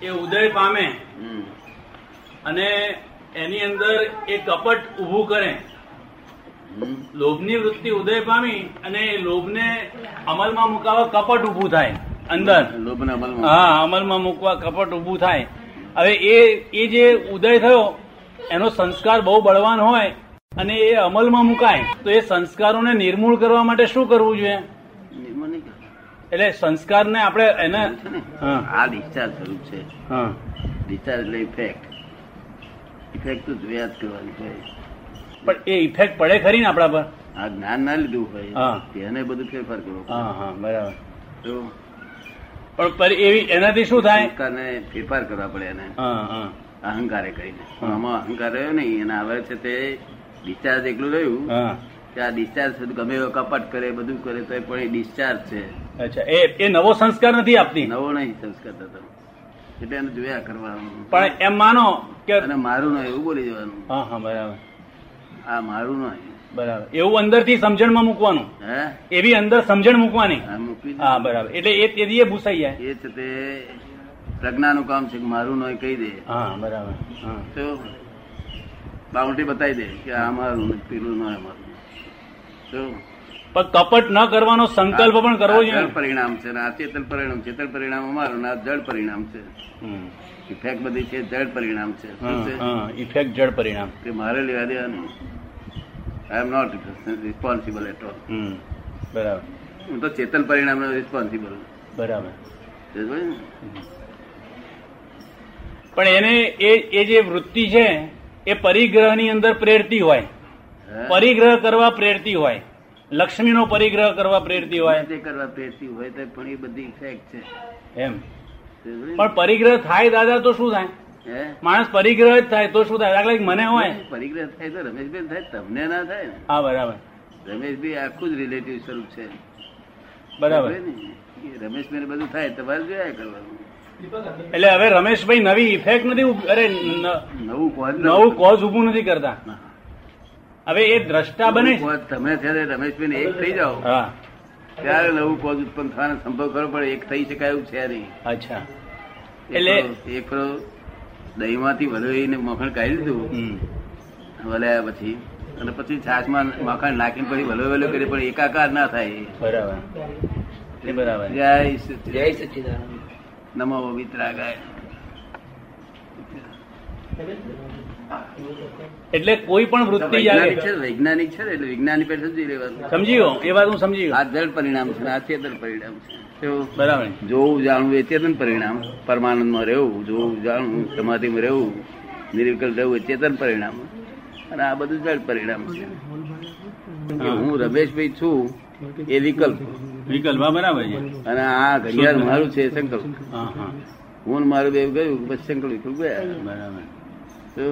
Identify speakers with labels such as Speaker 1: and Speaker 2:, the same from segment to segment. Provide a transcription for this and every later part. Speaker 1: એ ઉદય પામે
Speaker 2: હમ.
Speaker 1: અને એની અંદર એ કપટ ઊભું કરે
Speaker 2: હમ.
Speaker 1: લોભની વૃત્તિ ઉદય પામી અને એ લોભને અમલમાં મુકાવા કપટ ઊભું થાય અંદર
Speaker 2: લોભના બળમાં.
Speaker 1: હા અમલમાં મૂકવા કપટ ઊભું થાય હવે એ એ જે ઉદય થયો એનો સંસ્કાર બહુ બળવાન હોય અને એ અમલમાં મુકાય તો એ સંસ્કારોને નિર્મૂળ કરવા માટે શું કરવું જોઈએ
Speaker 2: નિર્મળ નહીં કરતા.
Speaker 1: એટલે સંસ્કારને આપણે એને
Speaker 2: એવું છે ને?
Speaker 1: હા
Speaker 2: આ discharge સ્વરૂપ છે
Speaker 1: હા
Speaker 2: Discharge એટલે effect. Effect તો જોયા જ કરવાની હોય.
Speaker 1: પણ એ ઇફેક્ટ પડે ખરી ને આપણા પર
Speaker 2: આ જ્ઞાન ના લીધું હોય
Speaker 1: હા.
Speaker 2: તેને બધું ફેરફાર કરવો પડે.
Speaker 1: હા હા બરાબર
Speaker 2: તો
Speaker 1: પણ પર એવી એનાથી શું થાય
Speaker 2: સંસ્કારને ફેરફાર કરવા પડે એને
Speaker 1: હા હા
Speaker 2: અહંકારે કરીને
Speaker 1: હા.
Speaker 2: આમાં અહંકાર રહ્યો નહીં અને આવે છે તે ડિસ્ચાર્જ એકલું રહ્યું
Speaker 1: હા
Speaker 2: કે આ ડિસ્ચાર્જ થતું ગમે એવો કપટ કરે બધું કરે તો પણ એ ડિસ્ચાર્જ છે
Speaker 1: અચ્છા એ એ નવો સંસ્કાર નથી આપતી
Speaker 2: નવો નહીં સંસ્કાર થતો એટલે એને જોયા કરવાનું
Speaker 1: પણ એમ માનો કે
Speaker 2: અને મારું નહીં એવું બોલી જવાનું
Speaker 1: હા હા બરાબર
Speaker 2: આ મારું નહીં
Speaker 1: બરાબર એવું અંદરથી સમજણમાં મૂકવાનું
Speaker 2: હે
Speaker 1: એવી અંદર સમજણ મૂકવાની
Speaker 2: આ મૂકી દે.
Speaker 1: હા બરાબર એટલે એ તેથી એ ભૂસાઈ જાય
Speaker 2: એ છે તે પ્રજ્ઞાનું કામ છે કે મારું નહીં કહી દે
Speaker 1: હા બરાબર હા
Speaker 2: તો બાઉન્ડ્રી બતાવી દે કે આ મારું ને પેલું નહીં મારું તો
Speaker 1: પણ કપટ ન કરવાનો સંકલ્પ પણ કરવો
Speaker 2: આ જળ
Speaker 1: જોઈએ
Speaker 2: પરિણામ છે ને આ ચેતન પરિણામ ચેતન પરિણામ અમારું ને આ જળ પરિણામ છે
Speaker 1: હમ.
Speaker 2: ઇફેક્ટ બધી છે જળ પરિણામ છે શું
Speaker 1: હા,
Speaker 2: છે
Speaker 1: હા ઇફેક્ટ જળ પરિણામ
Speaker 2: તે મારે લેવા દેવાનું I am not responsible at all
Speaker 1: હમ. બરાબર
Speaker 2: હું તો ચેતન પરિણામ રિસ્પોન્સિબલ
Speaker 1: બરાબર પણ એને એ એ જે વૃત્તિ છે એ પરિગ્રહની અંદર પ્રેરતી હોય પરિગ્રહ કરવા પ્રેરતી હોય લક્ષ્મીનો પરિગ્રહ કરવા પ્રેરતી હોય
Speaker 2: તે કરવા પ્રેરતી હોય તો પણ એ બધી ઇફેક્ટ છે
Speaker 1: એમ
Speaker 2: તે જોયું ને?
Speaker 1: પણ પરિગ્રહ થાય દાદા તો શું થાય
Speaker 2: હે?
Speaker 1: માણસ પરિગ્રહ જ થાય તો શું થાય દાખલા તરીકે મને હોય
Speaker 2: પરિગ્રહ થાય તો રમેશભાઈ થાય તમને ના થાય
Speaker 1: હા બરાબર
Speaker 2: ને રમેશભાઈ આખું જ રિલેટિવ સ્વરૂપ છે
Speaker 1: બરાબર
Speaker 2: ને? એ રમેશભાઈને બધું થાય તમારે જોયા કરવાનું
Speaker 1: એટલે હવે રમેશભાઈ નવી ઇફેક્ટ નથી ઉભ- અરે ન-
Speaker 2: નવું કોણ
Speaker 1: નવું કોઝ ઉભું નથી કરતા
Speaker 2: ના.
Speaker 1: હવે એ દ્રષ્ટા બને છે.
Speaker 2: કોઝ તમે જ્યારે રમેશભાઈ એક થઈ જાઓ
Speaker 1: હા
Speaker 2: ત્યારે નવું કોઝ ઉત્પન્ન થવાનો સંભવ ખરો પણ એક થઈ શકાય એવું છે નહીં
Speaker 1: અચ્છા એટલે-
Speaker 2: એટલે એક તો દહીંમાંથી વલોઈને મખણ કાઢી દીધું
Speaker 1: હમ.
Speaker 2: વલાયા પછી અને પછી છાશમાં મખણ નાખીને પછી વલો વલો કરી પણ એકાકાર ના થાય
Speaker 1: બરાબર એ બરાબર
Speaker 2: જય સચિદાનંદ જય સચિદાનંદ નમો વિતરાગાય
Speaker 1: એટલે કોઈ પણ વૃત્તિ
Speaker 2: વૈજ્ઞાનિક
Speaker 1: જાગે
Speaker 2: છે વૈજ્ઞાનિક છે ને, એટલે વિજ્ઞાની પાસે સમજી લેવાનું
Speaker 1: સમજી ગયો એ વાત હું સમજી ગયો
Speaker 2: આ જળ પરિણામ છે ને આ ચેતન પરિણામ છે તો
Speaker 1: બરાબર
Speaker 2: જોવું જાણવું એ ચેતન પરિણામ પરમાનંદમાં રહેવું જોવું જાણવું સમાધિમાં રહેવું નિર્વિકલ્પ રહેવું એ ચેતન પરિણામ અને આ બધું જળ પરિણામ છે કે હું રમેશભાઈ છું એ વિકલ્પ
Speaker 1: વિકલ્પ હા, બરાબર છે
Speaker 2: અને આ ઘડિયાળ મારું છે એ સંકલ્પ
Speaker 1: હા હા
Speaker 2: હું ને મારું બે ગયું પછી સંકલ્પ વિકલ્પ ગયા
Speaker 1: બરાબર
Speaker 2: તો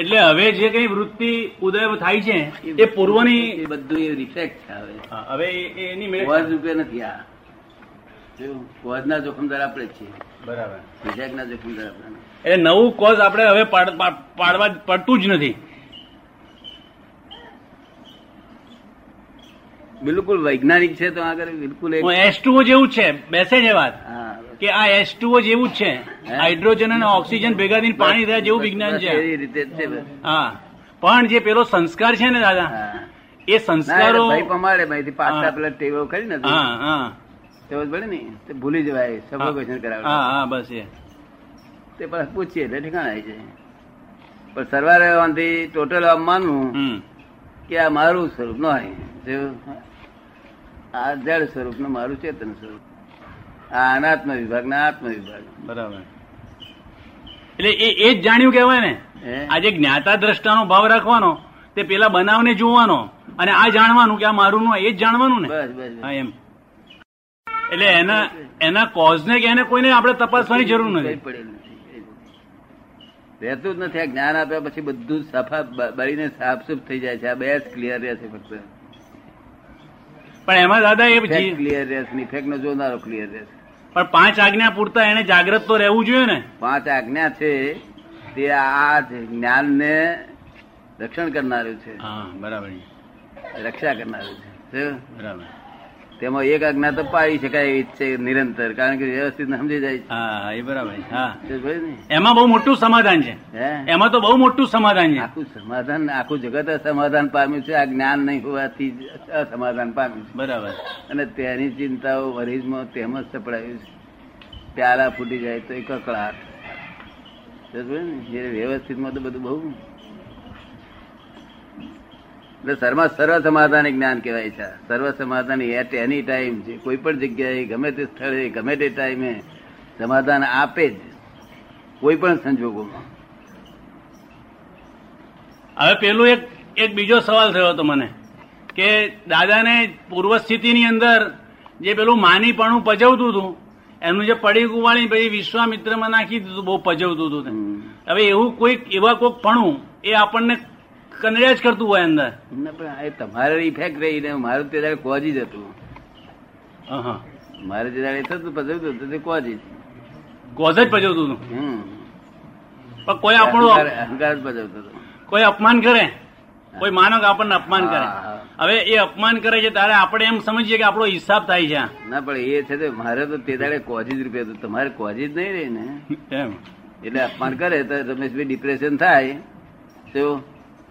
Speaker 1: એટલે હવે જે કઈ વૃત્તિ ઉદય થાય છે એ પૂર્વની
Speaker 2: એ બધું એ રિફ્લેક્ટ આવે
Speaker 1: હા, હવે એ- એની મેળ
Speaker 2: કોઝ રૂપે નથી આ કોઝના જોખમદાર આપણે જ છીએ
Speaker 1: બરાબર
Speaker 2: રિફ્લેક્ટના જોખમદાર આપણે નથી.
Speaker 1: એટલે નવું કોઝ આપણે હવે પાડ- પાડ- પાડવા જ- પડતું જ નથી
Speaker 2: બિલકુલ વૈજ્ઞાનિક છે તો આગળ બિલકુલ એક
Speaker 1: એસ ટુઓ જેવું જ છે બેસે છે વાત
Speaker 2: હા.
Speaker 1: કે આ એસ ટુઓ જેવું જ છે હાઇડ્રોજન અને ઓક્સિજન ભેગા થઈને પાણી થયા જેવું વિજ્ઞાન
Speaker 2: બસ
Speaker 1: છે
Speaker 2: એ રીતે જ છે બસ.
Speaker 1: હા પણ જે પેલો સંસ્કાર છે ને દાદા
Speaker 2: હા.
Speaker 1: એ
Speaker 2: ના, એટલે
Speaker 1: સંસ્કારો
Speaker 2: ભાઈ પમાડે ભાઈથી પાછા
Speaker 1: હા.
Speaker 2: પેલા ટેવો કરી ને
Speaker 1: હા હા
Speaker 2: ટેવો ભળે ને તે ભૂલી જવાય સફોકેશન
Speaker 1: હા
Speaker 2: કરાવે
Speaker 1: હા બસ એ
Speaker 2: તે પાછા પૂછીએ એટલે ઠેકાણ આવી જાય પણ સરવારે આવવાથી ટોટલ આમ માનવું
Speaker 1: હમ
Speaker 2: કે આ મારું સ્વરૂપ ન હોય. જો આ જળ સ્વરૂપ ને મારું ચેતન સ્વરૂપ આ અનાત્મ વિભાગ ને આત્મ વિભાગ
Speaker 1: બરાબર એટલે એ એ જ જાણ્યું કહેવાય ને
Speaker 2: હે?
Speaker 1: આજે જ્ઞાતા દ્રષ્ટાનો ભાવ રાખવાનો તે પેલા બનાવને જોવાનો અને આ જાણવાનું કે આ મારું નું એ જ જાણવાનું ને
Speaker 2: બસ બસ બસ.
Speaker 1: હા એમ એટલે એના એના કોઝને કે એને કોઈને આપણે તપાસવાની જરૂર
Speaker 2: કઈ
Speaker 1: નથી
Speaker 2: પડેલ નથી. રહેતું જ નથી આ જ્ઞાન આપ્યા પછી બધું જ સાફા બ- બળીને સાફસૂફ થઈ જાય છે આ બે જ ક્લિયર રહે છે ફક્ત
Speaker 1: પણ એમાં દાદા એ જી-
Speaker 2: ક્લિયર રહે છે ઇફેક્ટ નો જોનારો ક્લિયર રહે છે
Speaker 1: પણ પાંચ આજ્ઞા પૂરતા એને જાગ્રત તો રહેવું જોઈએ ને
Speaker 2: પાંચ આજ્ઞા છે તે આ જ જ્ઞાનને રક્ષણ કરનારું છે
Speaker 1: હા બરાબર
Speaker 2: રક્ષા કરનારું છે શું?
Speaker 1: બરાબર
Speaker 2: તેમાં એક આજ્ઞા તો પાડી શકાય એવી જ છે નિરંતર કારણ કે વ્યવસ્થિત સમજી જાય
Speaker 1: હા એ બરાબર છે. હા
Speaker 2: છે સમજાય ને?
Speaker 1: એમાં બહુ મોટું સમાધાન છે
Speaker 2: હે
Speaker 1: એમાં તો બહુ મોટું સમાધાન છે
Speaker 2: આખું સમાધાન આખું જગત અસમાધાન પામ્યું છે આ જ્ઞાન નહીં હોવાથી જ અસમાધાન પામ્યું છે
Speaker 1: બરાબર
Speaker 2: અને તેની ચિંતાઓ વરિજમાં તેમ જ સપડાયું છે પ્યાલા ફૂટી જાય તો એ કકળાટ સમજાય ને? જે વ્યવસ્થિતમાં તો બધું બહુ એટલે સર્વ સર્વ સમાધાન એ જ્ઞાન કહેવાય છે સર્વ સમાધાન એટ એની ટાઈમ છે કોઈ પણ જગ્યાએ ગમે તે સ્થળે ગમે તે ટાઈમે સમાધાન આપે જ કોઈ પણ સંજોગોમાં
Speaker 1: હવે પેલું એક એક બીજો સવાલ થયો હતો મને કે દાદાને પૂર્વ સ્થિતિની અંદર જે પેલું માનીપણું પજવતું હતું એનું જે પડી ગુવાળી પછી વિશ્વામિત્રમાં નાખી દીધું બહુ પજવતું હતું તે.
Speaker 2: હમ.
Speaker 1: હવે એવું કોઈક એવા કોઈક પણું એ આપણને કનડ્યા જ કરતું હોય અંદર
Speaker 2: ના પણ આ તમારે ઇફેક્ટ રહી ને મારું તે દાડે કોજી જ હતું
Speaker 1: અહં.
Speaker 2: મારે જે દાડે થતું પધરતું હતું તે કોજી જ.
Speaker 1: કોઝ જ પજવતું હતું
Speaker 2: હમ.
Speaker 1: પણ કોઈ
Speaker 2: અહંકાર
Speaker 1: આપણું
Speaker 2: અહંકાર જ પધરતો હતો.
Speaker 1: કોઈ અપમાન કરે કોઈ માનો કે આપણને અપમાન કરે
Speaker 2: હા, હા.
Speaker 1: હવે એ અપમાન કરે છે ત્યારે આપણે એમ સમજીએ કે આપણો હિસાબ થાય છે આ.
Speaker 2: ના પણ એ છે તે મારે તો તે દાડે કોજી જ રૂપિયા હતું તમારે કોજી જ નહીં રહી ને
Speaker 1: એમ
Speaker 2: એટલે અપમાન કરે તો રમેશભાઈ ડિપ્રેશન થાય તો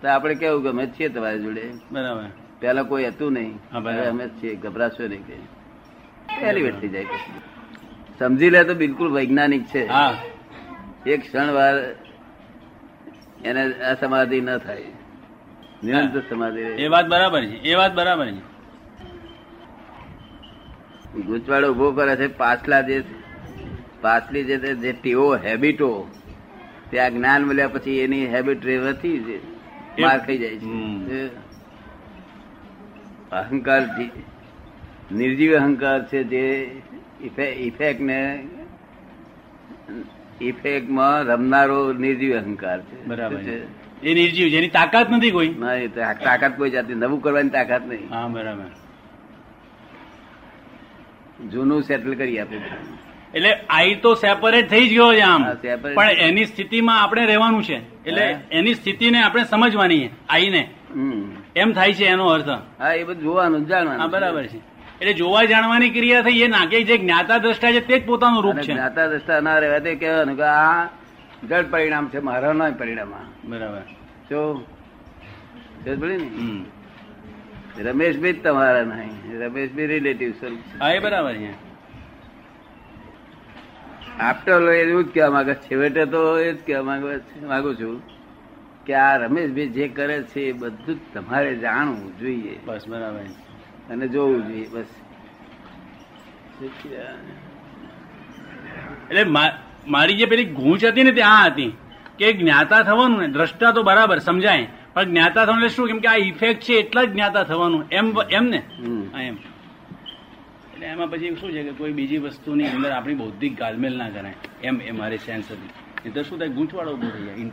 Speaker 2: તો આપણે કેવું ગમે છીએ તમારી જોડે
Speaker 1: બરાબર
Speaker 2: પહેલા કોઈ હતું નહીં
Speaker 1: હા, બરાબર.
Speaker 2: હવે અમે જ છીએ ગભરાશો નહીં કઈ એલિવેટ થઈ જાય કશું. સમજી લે તો બિલકુલ વૈજ્ઞાનિક છે
Speaker 1: હા
Speaker 2: એક ક્ષણ વાર એને અસમાધિ ન થાય નિરંતર સમાધિ
Speaker 1: એ
Speaker 2: રહે.
Speaker 1: વાત બરાબર છે એ વાત બરાબર છે
Speaker 2: ગૂંચવાડો ઉભો કરે છે પાછલા જે પાછલી જે તે- જે ટીઓ હેબિટો તે આ જ્ઞાન મળ્યા પછી એની હેબિટ રહેવાથી જ માર ખાઈ જાય
Speaker 1: હમ.
Speaker 2: છે અહંકાર થી- નિર્જીવ અહંકાર છે જે ઇફેક્ટ ને ઇફેક્ટમાં રમનારો નિર્જીવ અહંકાર છે
Speaker 1: બરાબર
Speaker 2: શું
Speaker 1: છે
Speaker 2: છે?
Speaker 1: એ નિર્જીવ છે એની તાકાત નથી કોઈ
Speaker 2: ના એ તા- તાકાત કોઈ જાતની નવું કરવાની તાકાત નહીં
Speaker 1: હા બરાબર
Speaker 2: જૂનું સેટલ કરી આપે છે.
Speaker 1: એટલે આઈ તો સેપરેટ થઈ જ ગયો છે આમ
Speaker 2: હા, separate.
Speaker 1: પણ એની સ્થિતિમાં આપણે રહેવાનું છે એટલે
Speaker 2: હે?
Speaker 1: એની સ્થિતિને આપણે સમજવાની છે આઈને
Speaker 2: હમ.
Speaker 1: એમ થાય છે એનો અર્થ
Speaker 2: હા એ બધું જોવાનું
Speaker 1: હા
Speaker 2: જાણવાનું
Speaker 1: બરાબર છે એટલે જોવા જાણવાની ક્રિયા થઈ એ નાગે જે જ્ઞાતા દ્રષ્ટા છે તે જ પોતાનું રૂપ
Speaker 2: અને
Speaker 1: છે
Speaker 2: જ્ઞાતા દ્રષ્ટા ના રહેવા તે કહેવાનું કે આ જળ પરિણામ છે મારા નોય પરિણામ આ.
Speaker 1: બરાબર
Speaker 2: જો જો પડી
Speaker 1: હમ.
Speaker 2: ને રમેશભાઈ જ તમારા નહીં રમેશભાઈ રિલેટિવ સ્વરૂપ છે
Speaker 1: હા એ બરાબર છે
Speaker 2: આફ્ટર ઓલ એવું જ કહેવા માંગે છે. છેવટે તો એ જ કહેવા માંગે છે- માંગુ છું કે આ રમેશભાઈ જે કરે છે એ બધું જ તમારે જાણવું જોઈએ
Speaker 1: બસ બરાબર છે.
Speaker 2: અને જોવું જોઈએ બસ
Speaker 1: એટલે મા- મારી જે પેલી ગૂંચ હતી ને તે આ હતી કે જ્ઞાતા થવાનું ને દ્રષ્ટા તો બરાબર સમજાય પણ જ્ઞાતા થવાનું એટલે શું કેમ કે આ ઇફેક્ટ છે એટલા જ જ્ઞાતા થવાનું એમ એમ ને
Speaker 2: હમ.
Speaker 1: હા, એમ એટલે એમાં પછી શું છે કે કોઈ બીજી વસ્તુની અંદર આપણી બૌદ્ધિક ગાલમેલ ના કરાય એમ એ મારી સેન્સ હતી એ તો શું થાય ગૂંચવાડો ઉભો થઈ જાય